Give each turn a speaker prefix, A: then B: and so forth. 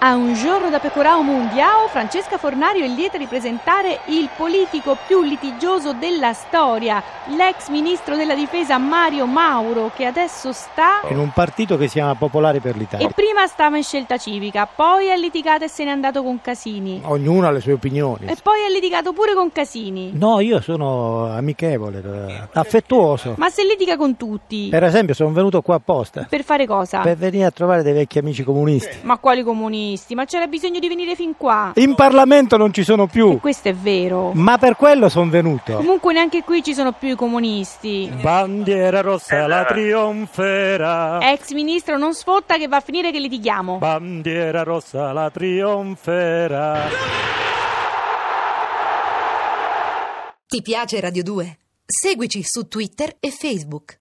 A: A un giorno da Pecorao Mundiao, Francesca Fornario è lieta di presentare il politico più litigioso della storia, l'ex ministro della difesa Mario Mauro, che adesso sta...
B: in un partito che si chiama Popolare per l'Italia.
A: E prima stava in scelta civica, poi ha litigato e se n'è andato con Casini.
B: Ognuno ha le sue opinioni.
A: E poi ha litigato pure con Casini.
B: No, io sono amichevole, eh, affettuoso.
A: Ma se litiga con tutti,
B: Per esempio, sono venuto qua apposta
A: per fare cosa?
B: per venire a trovare dei vecchi amici comunisti.
A: Ma quali comunisti? Ma c'era bisogno di venire fin qua.
B: In Parlamento non ci sono più,
A: Questo è vero.
B: ma per quello sono venuto.
A: Comunque neanche qui ci sono più i comunisti.
B: Bandiera rossa la trionferà.
A: Ex ministro, non sfotta che va a finire che litighiamo.
B: Bandiera rossa la trionferà.
C: Ti piace Radio 2? Seguici su Twitter e Facebook.